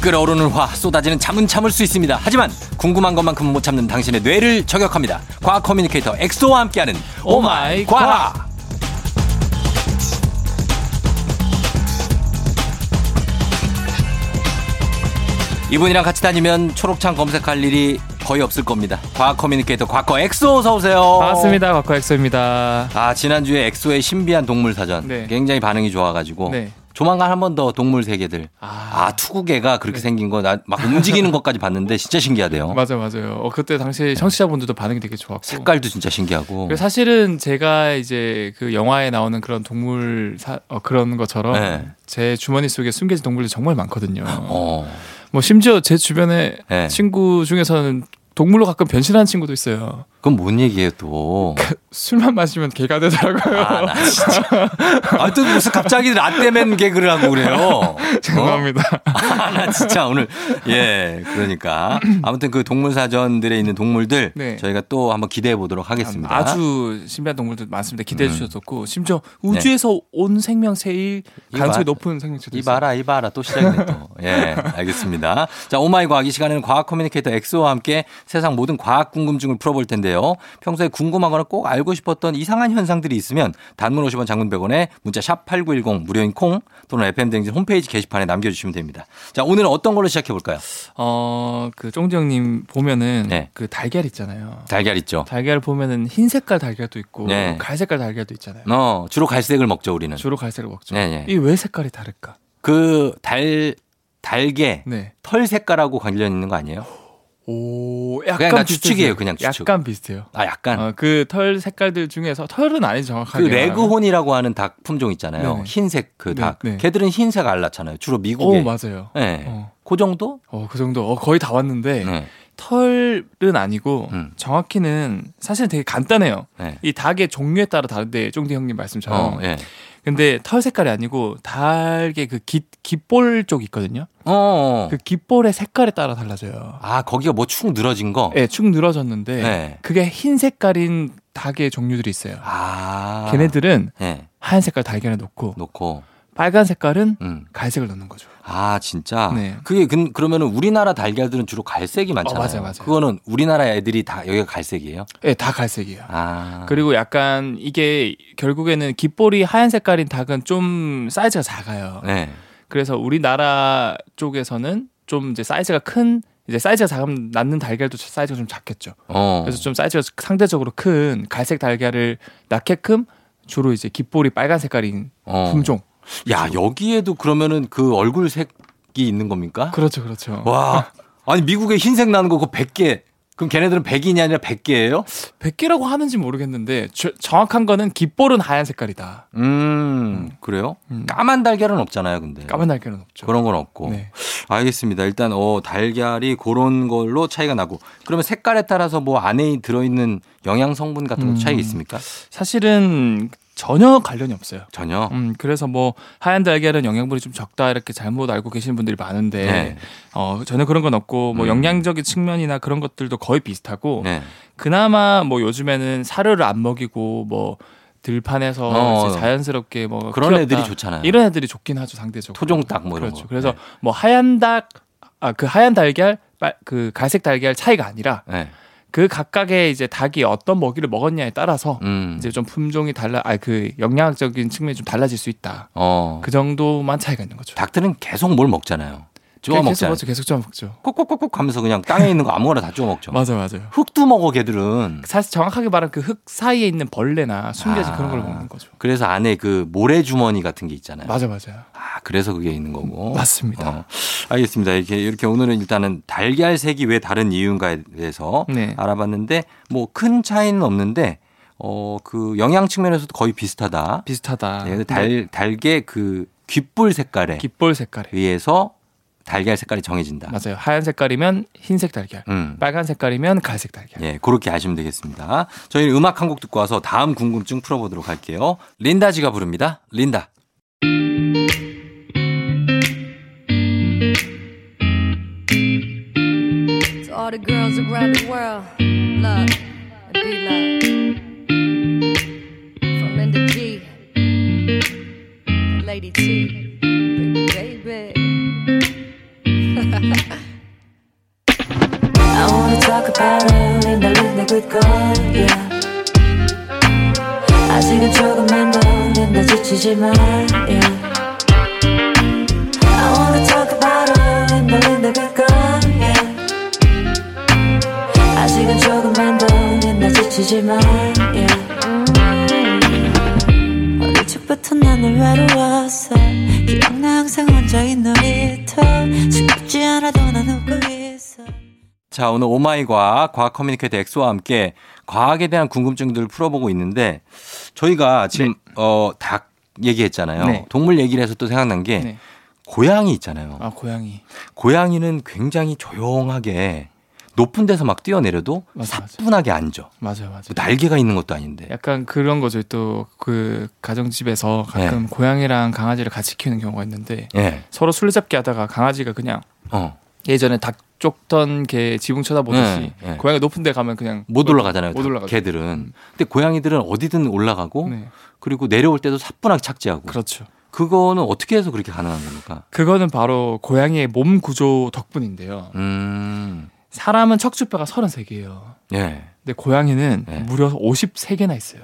끓어오르는 화 쏟아지는 잠은 참을 수 있습니다. 하지만 궁금한 것만큼은 못 참는 당신의 뇌를 저격합니다. 과학 커뮤니케이터 엑소와 함께하는 오마이 과학. 이분이랑 같이 다니면 초록창 검색할 일이 거의 없을 겁니다. 과학 커뮤니케이터 과거 엑소 어서 오세요. 반갑습니다. 과거 엑소입니다. 아 지난주에 엑소의 신비한 동물 사전 네. 굉장히 반응이 좋아가지고 네. 조만간 한 번 더 동물 세계들 아, 네. 아, 투구개가 그렇게 생긴 거 막 움직이는 것까지 봤는데 진짜 신기하대요. 맞아 맞아요. 어, 그때 당시 청취자분들도 반응이 되게 좋았고. 색깔도 진짜 신기하고. 그리고 사실은 제가 이제 그 영화에 나오는 그런 동물 사, 어, 그런 것처럼 네. 제 주머니 속에 숨겨진 동물이 정말 많거든요. 어. 뭐 심지어 제 주변에 네. 친구 중에서는 동물로 가끔 변신하는 친구도 있어요. 그건 뭔 얘기예요 또. 술만 마시면 개가 되더라고요. 아, 나 진짜. 아, 또 무슨 갑자기 라떼맨 개그를 하고 그래요. 죄송합니다. 아, 나 진짜 오늘. 예, 그러니까. 아무튼 그 동물 사전들에 있는 동물들 네. 저희가 또 한번 기대해 보도록 하겠습니다. 음. 아주 신비한 동물들 많습니다. 기대해 주셔서 좋고 심지어 네. 우주에서 온 생명체일 말- 가능성이 높은 생명체도 있어요. 이봐라, 이봐라. 또 시작이네, 또. 예, 알겠습니다. 자, 오마이 과학. 이 시간에는 과학 커뮤니케이터 엑소와 함께 세상 모든 과학 궁금증을 풀어볼 텐데요. 평소에 궁금하거나 꼭 알고 싶었던 이상한 현상들이 있으면 단문 50원 장문 100원에 문자 샵 8910 무료인 콩 또는 FM댕진 홈페이지 게시판에 남겨주시면 됩니다. 자, 오늘은 어떤 걸로 시작해볼까요? 어, 그 쫑지 형님 보면은 네. 그 달걀 있잖아요. 달걀 있죠. 달걀 보면은 흰 색깔 달걀도 있고 네. 갈색깔 달걀도 있잖아요. 어, 주로 갈색을 먹죠, 우리는. 주로 갈색을 먹죠. 네, 네. 이 왜 색깔이 다를까? 그 달, 달개, 네. 털 색깔하고 관련 있는 거 아니에요? 오, 그냥 나 약간 비슷해요. 추측이에요, 그냥 추측. 약간 비슷해요. 아, 약간. 어, 그 털 색깔들 중에서 털은 아니죠, 그 정확하게. 말하면. 레그혼이라고 하는 닭 품종 있잖아요. 네네. 흰색 그 네, 닭. 네. 걔들은 흰색 알라잖아요. 주로 미국에. 오, 어, 맞아요. 네. 어. 그 정도? 어, 그 정도. 어, 거의 다 왔는데 네. 네. 털은 아니고 음. 네. 정확히는 사실 되게 간단해요. 이 닭의 종류에 따라 다른데 쫑디 형님 말씀처럼 어, 예. 근데 털 색깔이 아니고 닭의 그 깃, 깃볼 쪽 있거든요. 어, 어. 그 깃볼의 색깔에 따라 달라져요. 아, 거기가 뭐 축 늘어진 거? 예, 축 늘어졌는데 네. 그게 흰 색깔인 닭의 종류들이 있어요. 아. 걔네들은 예. 하얀 색깔 달걀에 넣고 놓고. 빨간 색깔은 음. 갈색을 넣는 거죠. 아, 진짜? 네. 어, 그게 그, 그러면은 우리나라 달걀들은 주로 갈색이 많잖아요. 맞아요, 맞아요. 그거는 우리나라 애들이 다 여기가 갈색이에요? 예, 다 갈색이에요. 아. 그리고 약간 이게 결국에는 깃볼이 하얀 색깔인 닭은 좀 사이즈가 작아요. 네. 그래서 우리나라 쪽에서는 좀 이제 사이즈가 큰 이제 사이즈가 작으면 낳는 달걀도 사이즈가 좀 작겠죠. 어. 그래서 좀 사이즈가 상대적으로 큰 갈색 달걀을 낳게끔 주로 이제 깃볼이 빨간 색깔인 어. 품종. 야, 여기에도 그러면은 그 얼굴 색이 있는 겁니까? 그렇죠, 그렇죠. 와. 아니 미국에 흰색 나는 거 그거 100개. 그럼 걔네들은 100인이 아니라 100개예요? 100개라고 하는지 모르겠는데 저- 정확한 거는 깃볼은 하얀 색깔이다. 음. 그래요? 음. 까만 달걀은 없잖아요, 근데. 까만 달걀은 없죠. 네. 그런 건 없고. 네. 알겠습니다. 일단 어 달걀이 그런 걸로 차이가 나고. 그러면 색깔에 따라서 뭐 안에 들어 있는 영양 성분 같은 것도 음. 차이가 있습니까? 사실은 전혀 관련이 없어요. 전혀. 음, 그래서 뭐 하얀 달걀은 영양분이 좀 적다 이렇게 잘못 알고 계시는 분들이 많은데 네. 어, 전혀 그런 건 없고 뭐 음. 영양적인 측면이나 그런 것들도 거의 비슷하고 네. 그나마 뭐 요즘에는 사료를 안 먹이고 뭐 들판에서 어. 이제 자연스럽게 뭐 그런 키웠다. 애들이 좋잖아요. 이런 애들이 좋긴 하죠 상대적으로 토종닭 뭐 이런 그렇죠. 거. 그래서 뭐 하얀 닭아그 하얀 달걀 빨- 그 갈색 달걀 차이가 아니라 네. 네. 그 각각의 이제 닭이 어떤 먹이를 먹었냐에 따라서 음. 이제 좀 품종이 달라 아 그 영양적인 측면이 좀 달라질 수 있다 어. 그 정도만 차이가 있는 거죠. 닭들은 계속 뭘 먹잖아요. 쪼아 그냥 계속 먹잖아요. 먹죠 계속 좀 먹죠. 콕콕콕콕 하면서 그냥 땅에 있는 거 아무거나 다 쪼아 먹죠. 맞아 맞아요. 흙도 먹어 걔들은. 사실 정확하게 말하면 그 흙 사이에 있는 벌레나 음. 숨겨진 아. 그런 걸 먹는 거죠. 그래서 안에 그 모래 주머니 같은 게 있잖아요. 맞아 맞아요. 아, 그래서 그게 있는 거고. 맞습니다. 어, 알겠습니다. 이렇게 이렇게 오늘은 일단은 달걀색이 왜 다른 이유인가에 대해서 네. 어. 알아봤는데 뭐 큰 차이는 없는데 어, 그 영양 측면에서도 거의 비슷하다. 비슷하다. 네, 근데 달 달게 그 귓불 색깔에 깃볼 색깔이 의해서 달걀 색깔이 정해진다. 맞아요. 하얀 색깔이면 흰색 달걀, 음. 빨간 색깔이면 갈색 달걀. 예, 그렇게 아시면 되겠습니다. 저희는 음악 한 곡 듣고 와서 다음 궁금증 풀어보도록 할게요. 린다지가 부릅니다. 린다. To all the girls around the world, love and be loved. From Linda G, Lady T, baby, baby. 차라리 날 빛내고 있고 yeah. 아직은 조금만 더는나 지치지만 yeah. I wanna talk about it 날 빛내고 있고 yeah. 아직은 조금만 더는나 지치지만 yeah. 어릴 적부터 나는 외로웠어 기억나 항상 혼자 인 놀이터 시끄럽지 않아도 난 웃고 있어 자, 오늘 오마이과 과학 커뮤니케이터 엑소와 함께 과학에 대한 궁금증들을 풀어보고 있는데 저희가 지금 어, 닭 얘기했잖아요. 네. 동물 얘기를 해서 또 생각난 게 네. 고양이 있잖아요. 아 고양이. 고양이는 굉장히 조용하게 높은 데서 막 뛰어내려도 맞아, 맞아. 분하게 앉아. 뭐 맞아요, 맞아요. 날개가 있는 것도 아닌데. 약간 그런 거죠. 또 그 가정집에서 네. 가끔 고양이랑 강아지를 같이 키우는 경우가 있는데 예. 서로 술래잡기 하다가 강아지가 그냥 어. 예전에 닭 쫓던 개 지붕 쳐다보듯이 네, 네. 고양이 높은 데 가면 그냥 못 올라가잖아요. 못 다- 올라가죠. 음. 개들은. 근데 고양이들은 어디든 올라가고 네. 그리고 내려올 때도 사뿐하게 착지하고. 그렇죠. 그거는 어떻게 해서 그렇게 가능한 겁니까? 그거는 바로 고양이의 몸 구조 덕분인데요. 음. 사람은 척추뼈가 33개예요. 예. 근데 고양이는 네. 무려 53개나 있어요.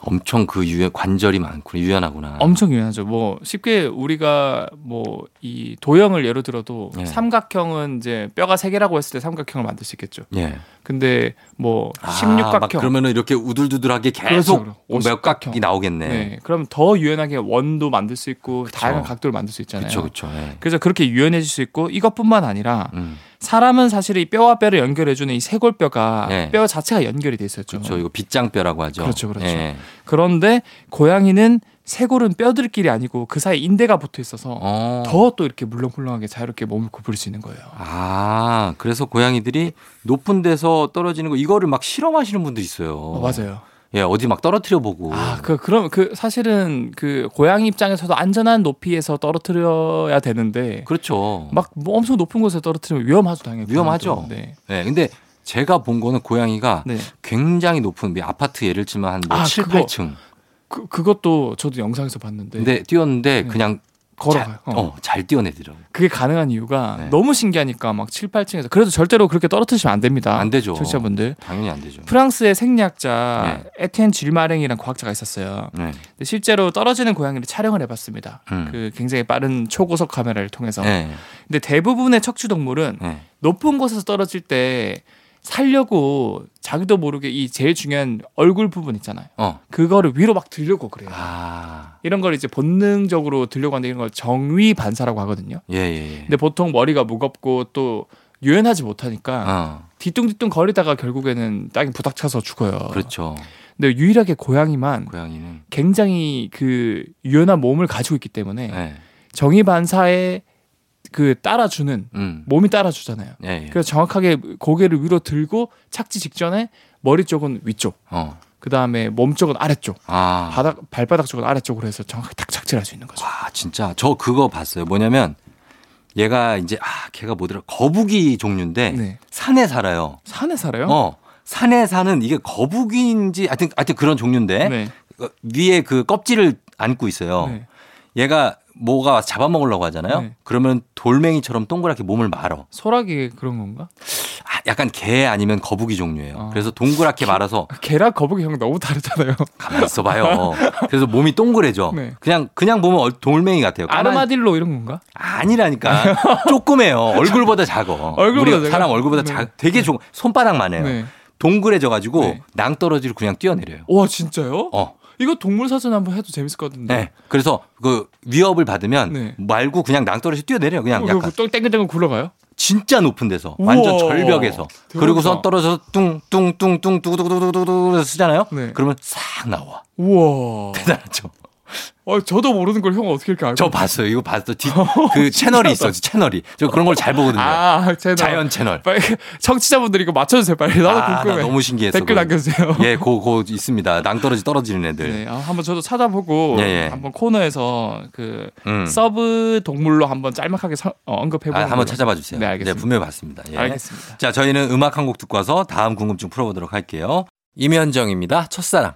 엄청 그 유연 관절이 많고 유연하구나. 엄청 유연하죠. 뭐 쉽게 우리가 뭐 이 도형을 예로 들어도 네. 삼각형은 이제 뼈가 3개라고 했을 때 삼각형을 만들 수 있겠죠. 예. 근데 뭐 아, 막 16각형 그러면은 이렇게 우두두들하게 계속 그렇죠, 그렇죠. 몇 각이 나오겠네. 네. 그럼 더 유연하게 원도 만들 수 있고 다양한 각도를 만들 수 있잖아요. 그렇죠, 그렇죠. 예. 그래서 그렇게 유연해질 수 있고 이것뿐만 아니라 음. 사람은 사실 이 뼈와 뼈를 연결해주는 이 쇄골뼈가 네. 뼈 자체가 연결이 돼 있었죠. 저 이거 빗장뼈라고 하죠. 그렇죠, 그렇죠. 예. 런데 고양이는 쇄골은 뼈들끼리 아니고 그 사이 인대가 붙어 있어서 어. 더 또 이렇게 물렁물렁하게 자유롭게 몸을 구부릴 수 있는 거예요. 아, 그래서 고양이들이 높은 데서 떨어지는 거 이거를 막 실험하시는 분들 있어요. 어, 맞아요. 예, 어디 막 떨어뜨려 보고. 아, 그 그럼 그 사실은 그 고양이 입장에서도 안전한 높이에서 떨어뜨려야 되는데 그렇죠. 막뭐 엄청 높은 곳에 떨어뜨리면 위험하죠 당연히. 위험하죠. 아, 고양이도. 네. 예, 근데 제가 본 거는 고양이가 네. 굉장히 높은 뭐 아파트 예를 들면 한뭐 아, 7, 그거. 8층. 그 그것도 저도 영상에서 봤는데 근데 뛰었는데 네. 그냥 걸어가요. 잘, 어. 어, 잘 뛰어내더라고. 그게 가능한 이유가 네. 너무 신기하니까 막 7, 8층에서 그래도 절대로 그렇게 떨어뜨리시면 안 됩니다. 안 되죠. 아, 청취자분들. 당연히 안 되죠. 프랑스의 생리학자 에티엔 질마랭이라는 과학자가 있었어요. 네. 근데 실제로 떨어지는 고양이를 촬영을 해봤습니다. 음. 그 굉장히 빠른 초고속 카메라를 통해서. 네. 근데 대부분의 척추 동물은 네. 높은 곳에서 떨어질 때 살려고 자기도 모르게 이 제일 중요한 얼굴 부분 있잖아요. 어. 그거를 위로 막 들려고 그래요. 아. 이런 걸 이제 본능적으로 들려고 하는데 이런 걸 정위 반사라고 하거든요. 예, 예. 예. 근데 보통 머리가 무겁고 또 유연하지 못하니까 어. 뒤뚱뒤뚱 거리다가 결국에는 땅에 부닥쳐서 죽어요. 그렇죠. 그 근데 유일하게 고양이만 고양이는 굉장히 그 유연한 몸을 가지고 있기 때문에 예. 정의 반사에 그 따라주는 음. 몸이 따라주잖아요. 예, 예. 그래서 정확하게 고개를 위로 들고 착지 직전에 머리 쪽은 위쪽, 어. 그 다음에 몸 쪽은 아래쪽, 아. 바닥 발바닥 쪽은 아래쪽으로 해서 정확히 딱 착지할 를수 있는 거죠. 와 진짜 저 그거 봤어요. 뭐냐면 얘가 이제 아 걔가 뭐더라 거북이 종류인데 네. 산에 살아요. 산에 살아요? 어 산에 사는 이게 거북이인지 하여튼 하여튼 그런 종류인데 네. 어, 위에 그 껍질을 안고 있어요. 네. 얘가 뭐가 와서 잡아먹으려고 하잖아요. 네. 그러면 돌멩이처럼 동그랗게 몸을 말어. 소라기 그런 건가? 아, 약간 개 아니면 거북이 종류예요. 아. 그래서 동그랗게 말아서 개랑 거북이 형 너무 다르잖아요. 가만 있어봐요. 그래서 몸이 동그래져. 네. 그냥 그냥 보면 얼- 돌멩이 같아요. 가만히 아르마딜로 이런 건가? 아니라니까. 조그매요. 얼굴보다 작어. 얼굴보다 우리 작아요? 사람 얼굴보다 네. 작, 되게 조 손바닥만 해요. 네. 동그래져 가지고 네. 낭떠러지로 그냥 뛰어내려요. 와 진짜요? 어. 이거 동물 사전 한번 해도 재밌을 것 같은데. 네. 그래서 그 위협을 받으면 네. 말고 그냥 낭떠러지 뛰어내려요. 그냥 그리고 약간 땡글땡글 굴러가요? 진짜 높은 데서 우와. 완전 절벽에서 대박이다. 그리고선 떨어져서 뚱뚱뚱뚱 뚜두두두두두 쓰잖아요. 네. 그러면 싹 나와. 우와. 대단하죠. 아, 저도 모르는 걸 형 어떻게 이렇게 알고? 저 봤어요. 이거 봤어. 뒤, 그 채널이 있어. 채널이. 저 그런 걸 잘 보거든요. 아, 제가 자연 채널. 빨리 청취자분들 이거 맞춰주세요 빨리. 나도 아, 궁금해. 나 너무 신기했어. 댓글 그거. 남겨주세요. 예, 고, 고 있습니다. 낭떠러지 떨어지는 애들. 네, 아, 한번 저도 찾아보고 예, 예. 한번 코너에서 그 음. 서브 동물로 한번 짤막하게 서- 어, 언급해보는 아, 한번 걸로. 찾아봐 주세요. 네, 알겠습니다. 네, 분명히 봤습니다. 예. 알겠습니다. 자, 저희는 음악 한 곡 듣고 와서 다음 궁금증 풀어보도록 할게요. 임현정입니다. 첫사랑.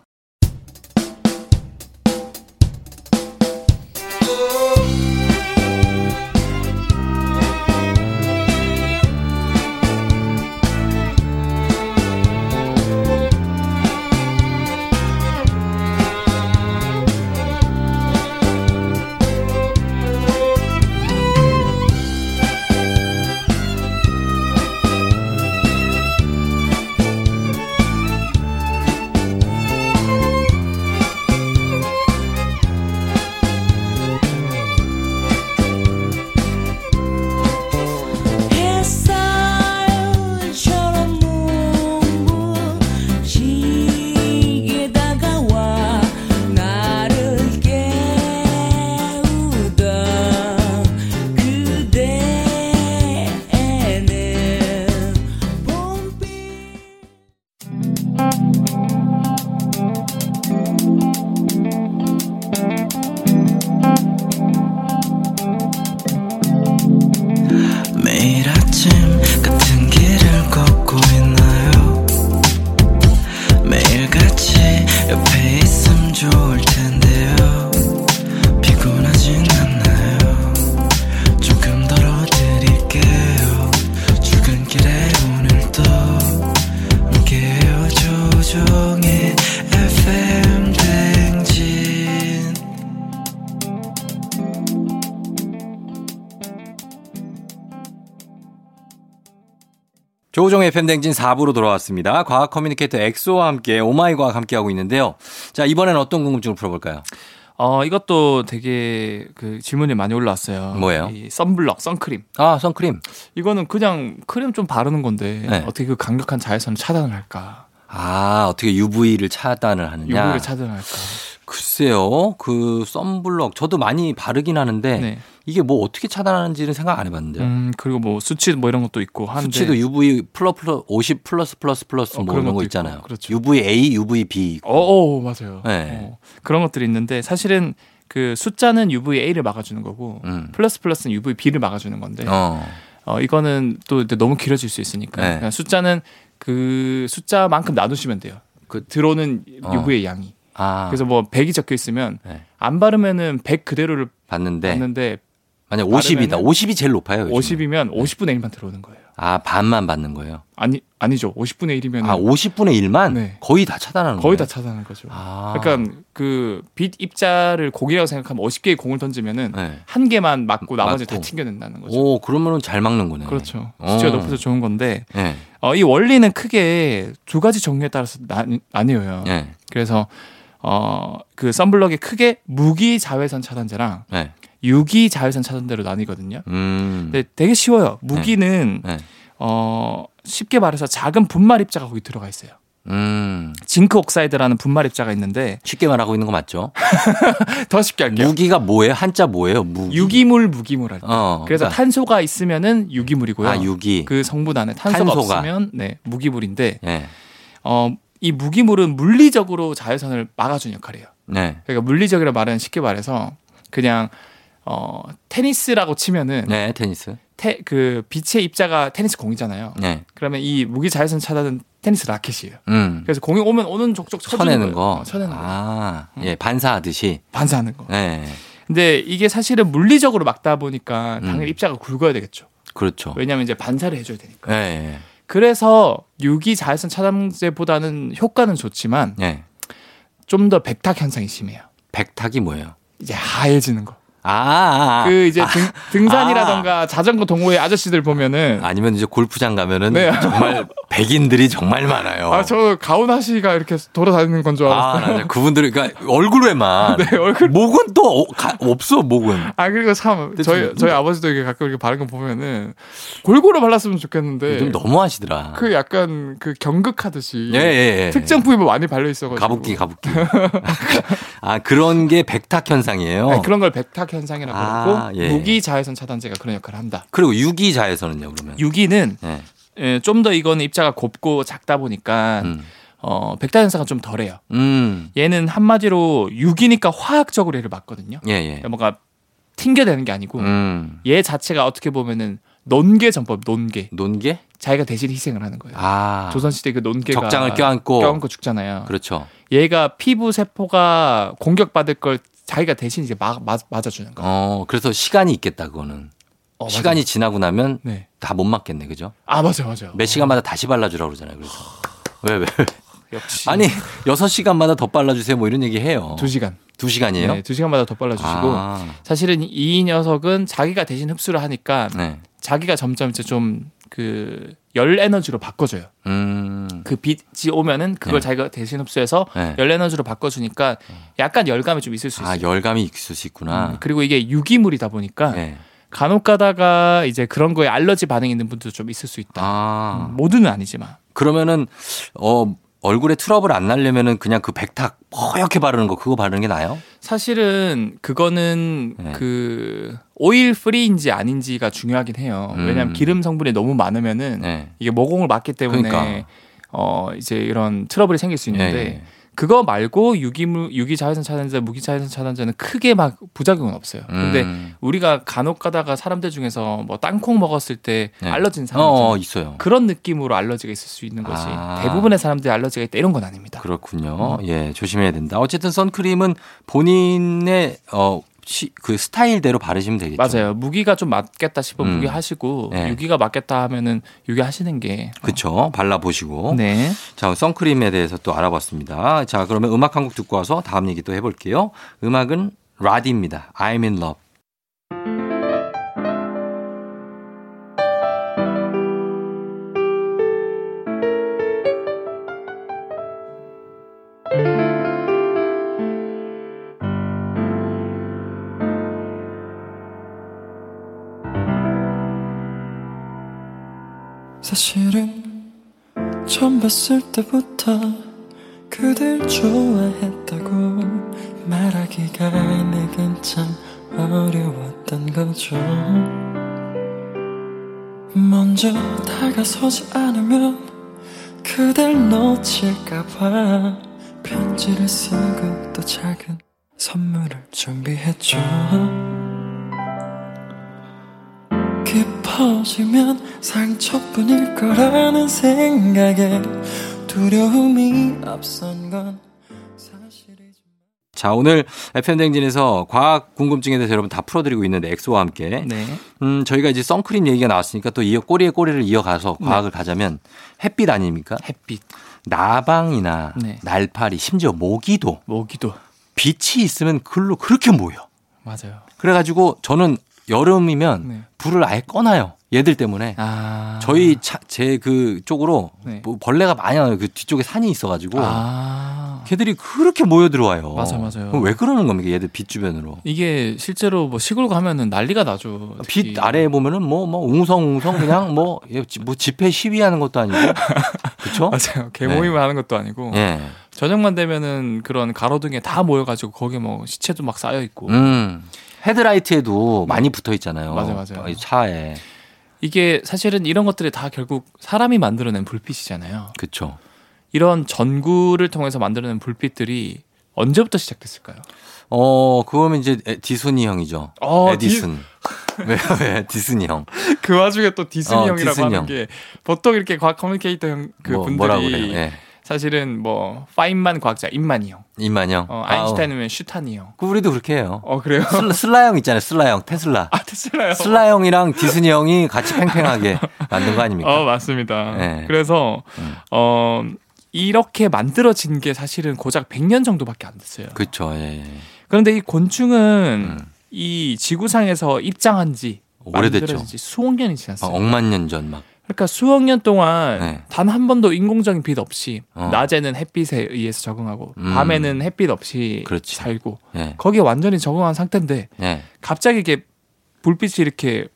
조우종의 팬댕진 4부로 돌아왔습니다. 과학 커뮤니케이터 엑소와 함께 오마이과학 함께하고 있는데요. 자, 이번엔 어떤 궁금증을 풀어볼까요? 어 이것도 되게 그 질문이 많이 올라왔어요. 뭐예요? 이 선블럭, 선크림. 아, 선크림. 이거는 그냥 크림 좀 바르는 건데 네. 어떻게 그 강력한 자외선을 차단을 할까? 아, 어떻게 UV를 차단을 하느냐. 유부를 차단할까? 글쎄요. 그 선블럭 저도 많이 바르긴 하는데 네. 이게 뭐 어떻게 차단하는지는 생각 안 해봤는데요. 음 그리고 뭐 수치 뭐 이런 것도 있고 한데 수치도 UV 플러 플러 50 플러스 플러스 플러스 어, 뭐 그런 이런 거 것도 있잖아요. 있고, 그렇죠. UVA, UVB. 어, 어 맞아요. 네. 어, 그런 것들이 있는데 사실은 그 숫자는 UVA를 막아주는 거고 음. 플러스 플러스는 UVB를 막아주는 건데 어. 어. 이거는 또 이제 너무 길어질 수 있으니까 네. 그냥 숫자는 그 숫자만큼 나누시면 돼요. 그- 들어오는 어. UV의 양이. 아. 그래서 뭐 100이 적혀 있으면 네. 안 바르면은 100 그대로를 봤는데 받는데 만약 50이다. 바르면은 50이 제일 네, 높아요. 요즘은. 50이면 50분의 1만 들어오는 거예요. 아, 반만 받는 거예요. 아니 아니죠. 50분의 1이면 아, 50분의 1만 네. 거의 다 차단하는 거의 다 거예요. 차단하는 거죠. 아. 그러니까 그 빛 입자를 공이라고 생각하면 50개의 공을 던지면은 네. 한 개만 맞고 나머지 다 맞고. 튕겨낸다는 거죠. 오, 그러면은 잘 막는 거네. 그렇죠. 어. 수치가 높아서 좋은 건데 예. 어, 이 원리는 크게 두 가지 종류에 따라서 나, 나뉘어요. 예. 그래서 어, 그 선블럭이 크게 무기 자외선 차단제랑 예. 유기 자외선 차단제로 나뉘거든요. 음. 근데 되게 쉬워요. 무기는 예. 어, 쉽게 말해서 작은 분말 입자가 거기 들어가 있어요. 음. 징크 옥사이드라는 분말 입자가 있는데 쉽게 말하고 있는 거 맞죠? 아, 더 쉽게 할게요. 무기가 뭐예요? 한자 뭐예요? 무기. 네. 유기물 무기물 할 때. 어. 그래서 그러니까 탄소가 있으면은 유기물이고요. 아, 유기. 그 성분 안에 탄소가, 탄소가. 없으면 네, 무기물인데 예. 어, 이 무기물은 물리적으로 자외선을 막아주는 역할이에요. 네. 그러니까 물리적이라 말은 쉽게 말해서 그냥 어, 테니스라고 치면은 네, 테니스. 테- 그 빛의 입자가 테니스 공이잖아요. 네. 그러면 이 무기 자외선 차단은 테니스 라켓이에요. 음. 그래서 공이 오면 오는 족족 쳐주는 쳐내는 거예요. 거. 어, 쳐내는 음. 거. 아, 예, 반사하듯이. 반사하는 거. 예. 근데 이게 사실은 물리적으로 막다 보니까 당연히 음. 입자가 굵어야 되겠죠. 그렇죠. 왜냐하면 이제 반사를 해줘야 되니까. 예, 예. 그래서 유기 자외선 차단제보다는 효과는 좋지만 예. 좀 더 백탁 현상이 심해요. 백탁이 뭐예요? 이제 하얘지는 거. 아, 아, 아. 그 이제 등, 산이라던가 자전거 동호회 아저씨들 보면은 아니면 이제 골프장 가면은 네. 정말 백인들이 정말 많아요. 아 저 가온 아씨가 이렇게 돌아다니는 건 줄 어. 아, 알았어요. 맞아. 그분들이 그러니까 얼굴에만 네, 얼굴. 목은 또 어- 가- 없어 목은. 아 그리고 참 근데 저희 좀- 저희 아버지도 이게 가끔 이렇게 바른 거 보면은 골고루 발랐으면 좋겠는데 요즘 너무하시더라. 네. 그 약간 그 경극하듯이 예, 예, 예. 특정 부위만 많이 발려 있어가지고 가부끼 가부끼. 아 그런 게 백탁 현상이에요. 아니, 네, 그런 걸 백탁 현상이라고 어. 아, 그러고 예. 무기 자외선 차단제가 그런 역할을 한다. 리고 유기자에서는요 그러면. 유기는 예. 좀 더 이거는 입자가 곱고 작다 보니까 음. 어, 백탁 현상은 좀 덜해요. 음. 얘는 한마디로 유기니까 화학적으로 얘를 막거든요. 예 예. 그러니까 뭔가 튕겨대는 게 아니고 음. 얘 자체가 어떻게 보면은 논개 전법 논개 논개? 자기가 대신 희생을 하는 거예요. 아. 조선시대 그 논개가 적장을 껴안고. 껴안고 죽잖아요. 그렇죠. 얘가 피부 세포가 공격받을 걸 자기가 대신 이제 막 맞- 맞아주는 거. 어 그래서 시간이 있겠다 그거는. 어, 맞아요. 시간이 지나고 나면 네. 다 못 맞겠네 그죠? 아 맞아요 맞아요. 몇 시간마다 다시 발라주라 그러잖아요. 그래서 왜 왜? 역시 아니 여섯 시간마다 더 발라주세요 뭐 이런 얘기 해요. 두 시간. 두 시간이에요? 네, 두 시간마다 더 빨라주시고 아, 사실은 이 녀석은 자기가 대신 흡수를 하니까 네. 자기가 점점 이제 좀 그 열 에너지로 바꿔줘요. 음. 그 빛이 오면은 그걸 네. 자기가 대신 흡수해서 네. 열 에너지로 바꿔주니까 약간 열감이 좀 있을 수 아 있어요. 열감이 있을 수 있구나. 음, 그러니까. 그리고 이게 유기물이다 보니까 네. 간혹 가다가 이제 그런 거에 알러지 반응 있는 분들도 좀 있을 수 있다. 아 음, 모두는 아니지만. 그러면은 어 얼굴에 트러블 안 나려면은 그냥 그 백탁 허옇게 바르는 거 그거 바르는 게 나요? 사실은 그거는 네. 그 오일 프리인지 아닌지가 중요하긴 해요. 음. 왜냐하면 기름 성분이 너무 많으면은 네. 이게 모공을 막기 때문에 그러니까. 어 이제 이런 트러블이 생길 수 있는데 예, 예. 그거 말고 유기물 유기 자외선 차단제, 무기 자외선 차단제는 크게 막 부작용은 없어요. 근데 음. 우리가 간혹 가다가 사람들 중에서 뭐 땅콩 먹었을 때 네. 알러진 어 상황 있어요. 그런 느낌으로 알러지가 있을 수 있는 거지 아. 대부분의 사람들이 알러지가 있다 이런 건 아닙니다. 그렇군요. 음. 예, 조심해야 된다. 어쨌든 선크림은 본인의 어, 시- 그 스타일대로 바르시면 되겠죠. 맞아요. 무기가 좀 맞겠다 싶으면 음. 무기 하시고 네. 유기가 맞겠다 하면은 유기 하시는 게 그렇죠. 발라 보시고. 네. 자, 선크림에 대해서 또 알아봤습니다. 자, 그러면 음악 한 곡 듣고 와서 다음 얘기 또 해볼게요. 음악은 라디입니다. I'm in love. 사실은 처음 봤을 때부터 그댈 좋아했다고 말하기가 내겐 참 어려웠던 거죠 먼저 다가서지 않으면 그댈 놓칠까봐 편지를 쓰고 또 작은 선물을 준비했죠 깊어지면 상처뿐일 거라는 생각에 두려움이 앞선 건 사실이지만 자, 오늘 FM대행진에서 과학 궁금증에 대해서 여러분 다 풀어드리고 있는데 엑소와 함께. 네. 음, 저희가 이제 선크림 얘기가 나왔으니까 또 이어 꼬리에 꼬리를 이어가서 네. 과학을 가자면 햇빛 아닙니까? 햇빛, 나방이나 네. 날파리, 심지어 모기도 모기도 빛이 있으면 글로 그렇게 모여. 맞아요. 그래가지고 저는 여름이면 네. 불을 아예 꺼놔요. 얘들 때문에. 아 저희 제 그 쪽으로 네. 뭐 벌레가 많이 와요. 그 뒤쪽에 산이 있어가지고. 아 걔들이 그렇게 모여 들어와요. 맞아, 맞아요. 그럼 왜 그러는 겁니까? 얘들 빛 주변으로. 이게 실제로 뭐 시골 가면은 난리가 나죠. 특히. 빛 아래에 보면은 뭐 뭐 웅성웅성 그냥 뭐, 예, 지- 뭐 집회 시위하는 것도 아니고 그쵸? 맞아요. 개 모임을 하는 것도 아니고 네. 예, 저녁만 되면은 그런 가로등에 다 모여가지고 거기 뭐 시체도 막 쌓여 있고 음 헤드라이트에도 많이 붙어 있잖아요. 네. 맞아, 맞아요. 이 차에 이게 사실은 이런 것들이 다 결국 사람이 만들어낸 불빛이잖아요. 그쵸? 이런 전구를 통해서 만들어낸 불빛들이 언제부터 시작됐을까요? 어 그거면 이제 에- 디슨이 형이죠. 어, 에디슨 왜왜 디슨이 형? 그 와중에 또 디슨이 어, 형이라고 디슨이 하는 형. 게 보통 이렇게 과학 커뮤니케이터 형그 뭐, 분들이 뭐라 그래요? 예. 사실은 뭐 파인만 과학자 임만이 형, 임만영. 어, 아인슈타인이면 슈탄이 형. 그 우리도 그렇게 해요. 어 그래요? 슬라, 슬라 형 있잖아요. 슬라 형 테슬라. 아 테슬라요. 슬라 형이랑 디슨이 형이 같이 팽팽하게 만든 거 아닙니까? 어 맞습니다. 네. 그래서 음. 어 이렇게 만들어진 게 사실은 고작 100년 정도밖에 안 됐어요. 그쵸. 예. 네. 예. 그런데 이 곤충은 음. 이 지구상에서 입장한 지 오래됐죠. 만들어진 지 수억 년이 어, 지났어요. 억만 년 전 막. 그러니까 수억 년 동안 네. 단 한 번도 인공적인 빛 없이 어. 낮에는 햇빛에 의해서 적응하고 음. 밤에는 햇빛 없이 그렇지. 살고 예. 거기에 완전히 적응한 상태인데 예. 갑자기 이게 불빛이 이렇게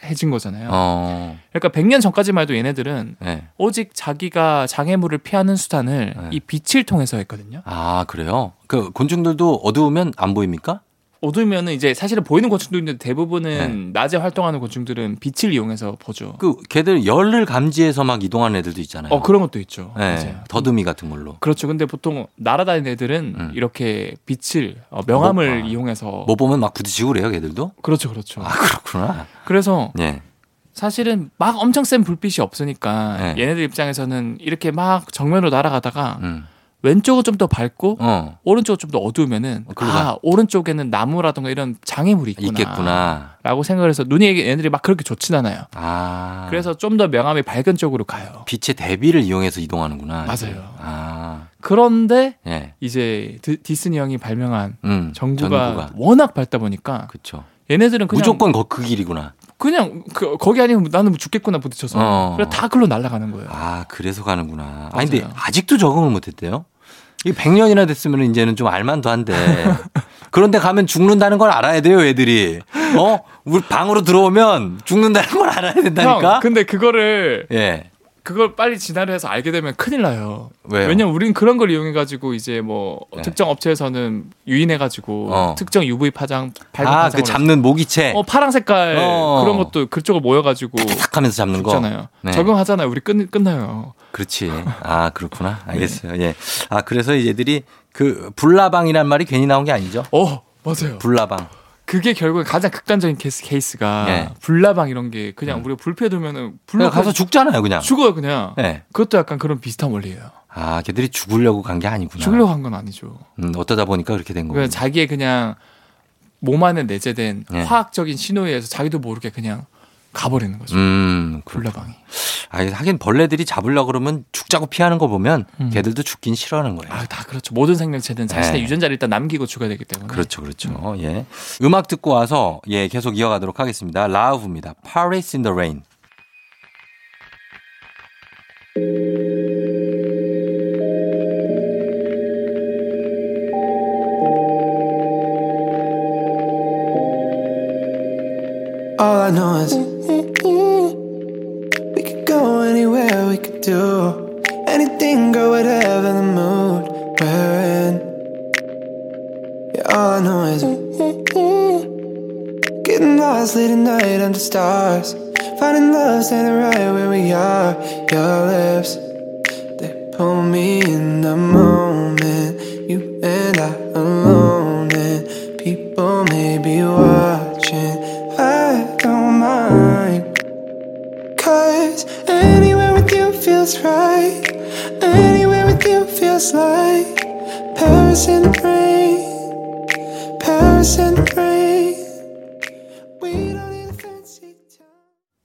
반짝해진 거잖아요. 어. 그러니까 100년 전까지만 해도 얘네들은 예. 오직 자기가 장애물을 피하는 수단을 네. 이 빛을 통해서 했거든요. 아, 그래요? 그 곤충들도 어두우면 안 보입니까? 어두우면은 이제 사실은 보이는 곤충도 있는데 네. 대부분은 낮에 활동하는 곤충들은 빛을 이용해서 보죠. 그 걔들 열을 감지해서 막 이동하는 애들도 있잖아요. 어 그런 것도 있죠. 예. 맞아요. 더듬이 같은 걸로. 그렇죠. 근데 보통 날아다니는 애들은 음. 이렇게 빛을 어, 명암을 못 봐. 이용해서 못뭐 보면 막 부딪히고 그래요, 걔들도? 그렇죠, 그렇죠. 아, 그렇구나. 그래서 예. 사실은 막 엄청 센 불빛이 없으니까 네. 얘네들 입장에서는 이렇게 막 정면으로 날아가다가 음. 왼쪽은 좀 더 밝고 어. 오른쪽은 좀 더 어두우면은 어, 글로 아 오른쪽에는 나무라든가 이런 장애물이 있구나. 있겠구나. 라고 생각을 해서 눈이 얘네들이 막 그렇게 좋진 않아요. 아. 그래서 좀 더 명암이 밝은 쪽으로 가요. 빛의 대비를 이용해서 이동하는구나. 맞아요. 아. 그런데 예. 이제 디, 디스니 형이 발명한 음. 전구가, 워낙 밝다 보니까 그렇죠. 얘네들은 그냥 무조건 거- 그 길이구나. 그냥 그, 거기 아니면 나는 죽겠구나 부딪혀서 어. 그래 다 글로 날아가는 거예요. 아, 그래서 가는구나. 아 맞아요. 근데 아직도 적응을 못 했대요? 이게 100년이나 됐으면 이제는 좀 알만도 한데. 그런데 가면 죽는다는 걸 알아야 돼요, 애들이. 어? 우리 방으로 들어오면 죽는다는 걸 알아야 된다니까? 형, 그 근데 그거를 예. 그걸 빨리 진화를 해서 알게 되면 큰일 나요. 왜요? 왜냐면 우린 그런 걸 이용해 가지고 이제 뭐 네. 특정 업체에서는 유인해 가지고 어. 특정 UV 파장 밝은 아, 그 파장으로 잡는 모기채. 어 파랑 색깔 어. 그런 것도 그쪽으로 모여 가지고 탁 하면서 잡는 거. 있잖아요. 네. 적응하잖아요. 우리 끝 끝나요. 그렇지. 아, 그렇구나. 네. 알겠어요. 예. 아, 그래서 이 얘들이 그 불나방이란 말이 괜히 나온 게 아니죠. 어 맞아요. 불나방. 그게 결국에 가장 극단적인 케이스, 케이스가 예. 불나방 이런 게 그냥 우리가 불피해 두면은 불로 네. 그냥 가서 죽잖아요, 그냥. 죽어요 그냥. 예. 그것도 약간 그런 비슷한 원리예요. 아, 걔들이 죽으려고 간 게 아니구나. 죽으려고 한 건 아니죠. 네. 음, 어쩌다 보니까 그렇게 된 거고. 그 자기의 그냥 몸 안에 내재된 예. 화학적인 신호에 의해서 자기도 모르게 그냥 가버리는 거죠. 음, 그렇 불나방이. 아, 하긴 벌레들이 잡으려고 그러면 죽자고 피하는 거 보면 음. 걔들도 죽긴 싫어하는 거예요. 아 다 그렇죠. 모든 생명체는 자신의 예. 유전자를 일단 남기고 죽어야 되기 때문에. 그렇죠, 그렇죠. 예. 음악 듣고 와서 예, 계속 이어가도록 하겠습니다. 라우브입니다. Paris in the Rain. All I know is We could go anything go whatever the mood we're in yeah all i know is getting lost late at night under stars finding love standing right where we are your lips they pull me in the moment. You and I alone, and people may be watching. I don't mind. Cause anywhere with you feels right. Anywhere with you feels like Paris in the rain. Paris in the rain. We don't need a fancy time.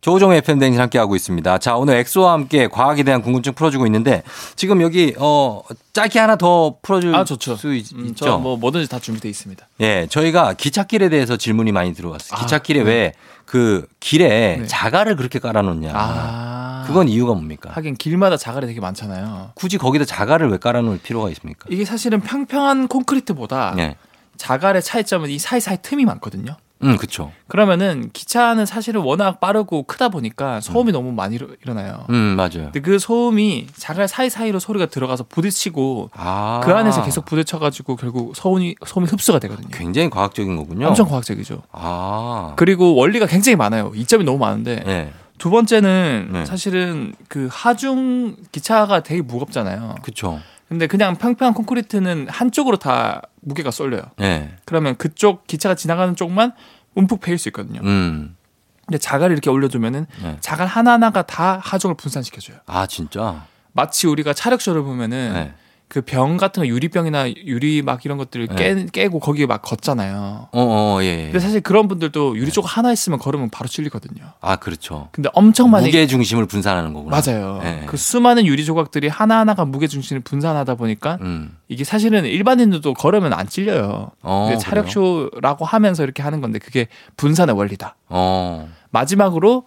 조종의 FM 댕진 함께하고 있습니다. 자, 오늘 엑소와 함께 과학에 대한 궁금증 풀어주고 있는데 지금 여기 어 짧게 하나 더 풀어줄 아 좋죠. 수 있, 음, 죠 저뭐 뭐든지 다 준비돼 있습니다. 예, 저희가 기찻길에 대해서 질문이 많이 들어왔어요. 아, 기찻길에 네. 왜 그 길에 네. 자갈을 그렇게 깔아놓냐. 아 그건 이유가 뭡니까? 하긴 길마다 자갈이 되게 많잖아요. 굳이 거기다 자갈을 왜 깔아놓을 필요가 있습니까? 이게 아. 사실은 평평한 콘크리트보다 예, 자갈의 차이점은 이 사이사이 틈이 많거든요. 음, 그쵸. 그러면은 기차는 사실은 워낙 빠르고 크다 보니까 소음이 너무 많이 일어- 일어나요. 음, 맞아요. 근데 그 소음이 자갈 사이사이로 소리가 들어가서 부딪히고 아, 그 안에서 계속 부딪혀가지고 결국 소음이 소음이 흡수가 되거든요. 굉장히 과학적인 거군요. 엄청 과학적이죠. 아, 그리고 원리가 굉장히 많아요. 이점이 너무 많은데 예, 두 번째는 네. 사실은 그 하중 기차가 되게 무겁잖아요. 그쵸. 근데 그냥 평평한 콘크리트는 한쪽으로 다 무게가 쏠려요. 예, 그러면 그쪽 기차가 지나가는 쪽만 움푹 패일 수 있거든요. 음, 근데 자갈을 이렇게 올려주면은 네. 자갈 하나하나가 다 하중을 분산시켜줘요. 아, 진짜. 마치 우리가 차력쇼를 보면은 예. 그 병 같은 거 유리병이나 유리 막 이런 것들을 네. 깨, 고 거기에 막 걷잖아요. 어, 어, 예. 예. 근데 사실 그런 분들도 네. 유리 쪽 하나 있으면 걸으면 바로 찔리거든요. 아, 그렇죠. 근데 엄청 많이 무게 중심을 분산하는 거구나. 맞아요. 예, 예. 그 수많은 유리 조각들이 하나하나가 무게 중심을 분산하다 보니까 음, 이게 사실은 일반인들도 걸으면 안 찔려요. 어, 근데 그래요? 차력쇼라고 하면서 이렇게 하는 건데 그게 분산의 원리다. 어, 마지막으로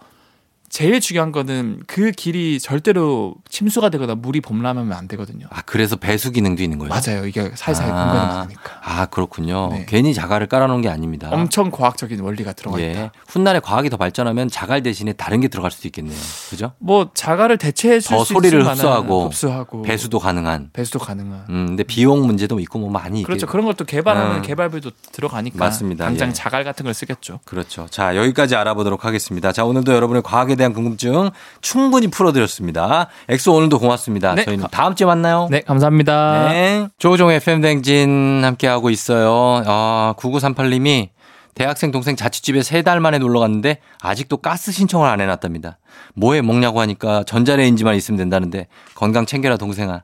제일 중요한 거는 그 길이 절대로 침수가 되거나 물이 범람하면 안 되거든요. 아, 그래서 배수 기능도 있는 거예요. 맞아요. 이게 사이사이 아. 공간이 많으니까. 아 그렇군요. 네. 괜히 자갈을 깔아놓은 게 아닙니다. 엄청 과학적인 원리가 들어가 예. 있다. 훗날에 과학이 더 발전하면 자갈 대신에 다른 게 들어갈 수도 있겠네요. 그죠? 뭐 자갈을 대체해 줄 더 수 소리를 있을 만한 흡수하고 흡수하고 배수도 가능한. 배수도 가능한. 음, 근데 비용 문제도 있고 뭐 많이 있겠 그렇죠. 그런 것도 개발하면 음. 개발비도 들어가니까 맞습니다. 당장 예. 자갈 같은 걸 쓰겠죠. 그렇죠. 자, 여기까지 알아보도록 하겠습니다. 자, 오늘도 여러분의 과학에 대한 궁금증 충분히 풀어드렸습니다. 엑소 오늘도 고맙습니다. 네. 저희는 다음 주에 만나요. 네, 감사합니다. 네. 조종 FM 댕진 함께하고 있어요. 아, 9938님이 대학생 동생 자취집에 세 달 만에 놀러 갔는데 아직도 가스 신청을 안 해놨답니다. 뭐해 먹냐고 하니까 전자레인지만 있으면 된다는데 건강 챙겨라 동생아.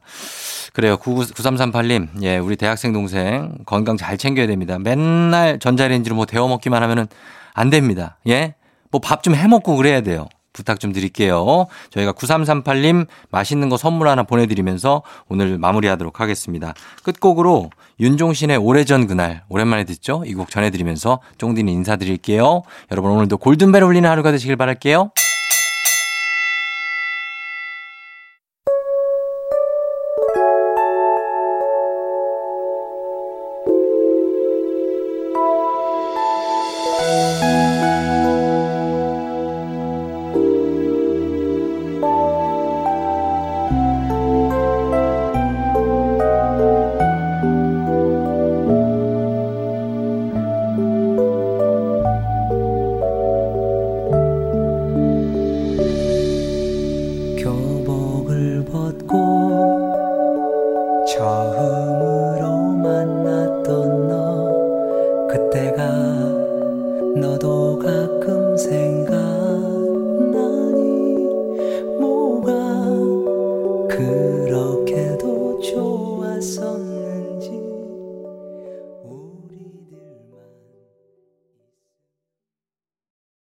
그래요. 99- 9338님. 예, 우리 대학생 동생 건강 잘 챙겨야 됩니다. 맨날 전자레인지로 뭐 데워 먹기만 하면은 안 됩니다. 예? 뭐 밥 좀 해 먹고 그래야 돼요. 부탁 좀 드릴게요. 저희가 9338님 맛있는 거 선물 하나 보내드리면서 오늘 마무리하도록 하겠습니다. 끝곡으로 윤종신의 오래전 그날 오랜만에 듣죠? 이 곡 전해드리면서 쫑디는 인사드릴게요. 여러분 오늘도 골든벨 울리는 하루가 되시길 바랄게요. 교복을 벗고 처음으로 만났던 너 그때가 너도 가끔 생각나니 뭐가 그렇게도 좋았어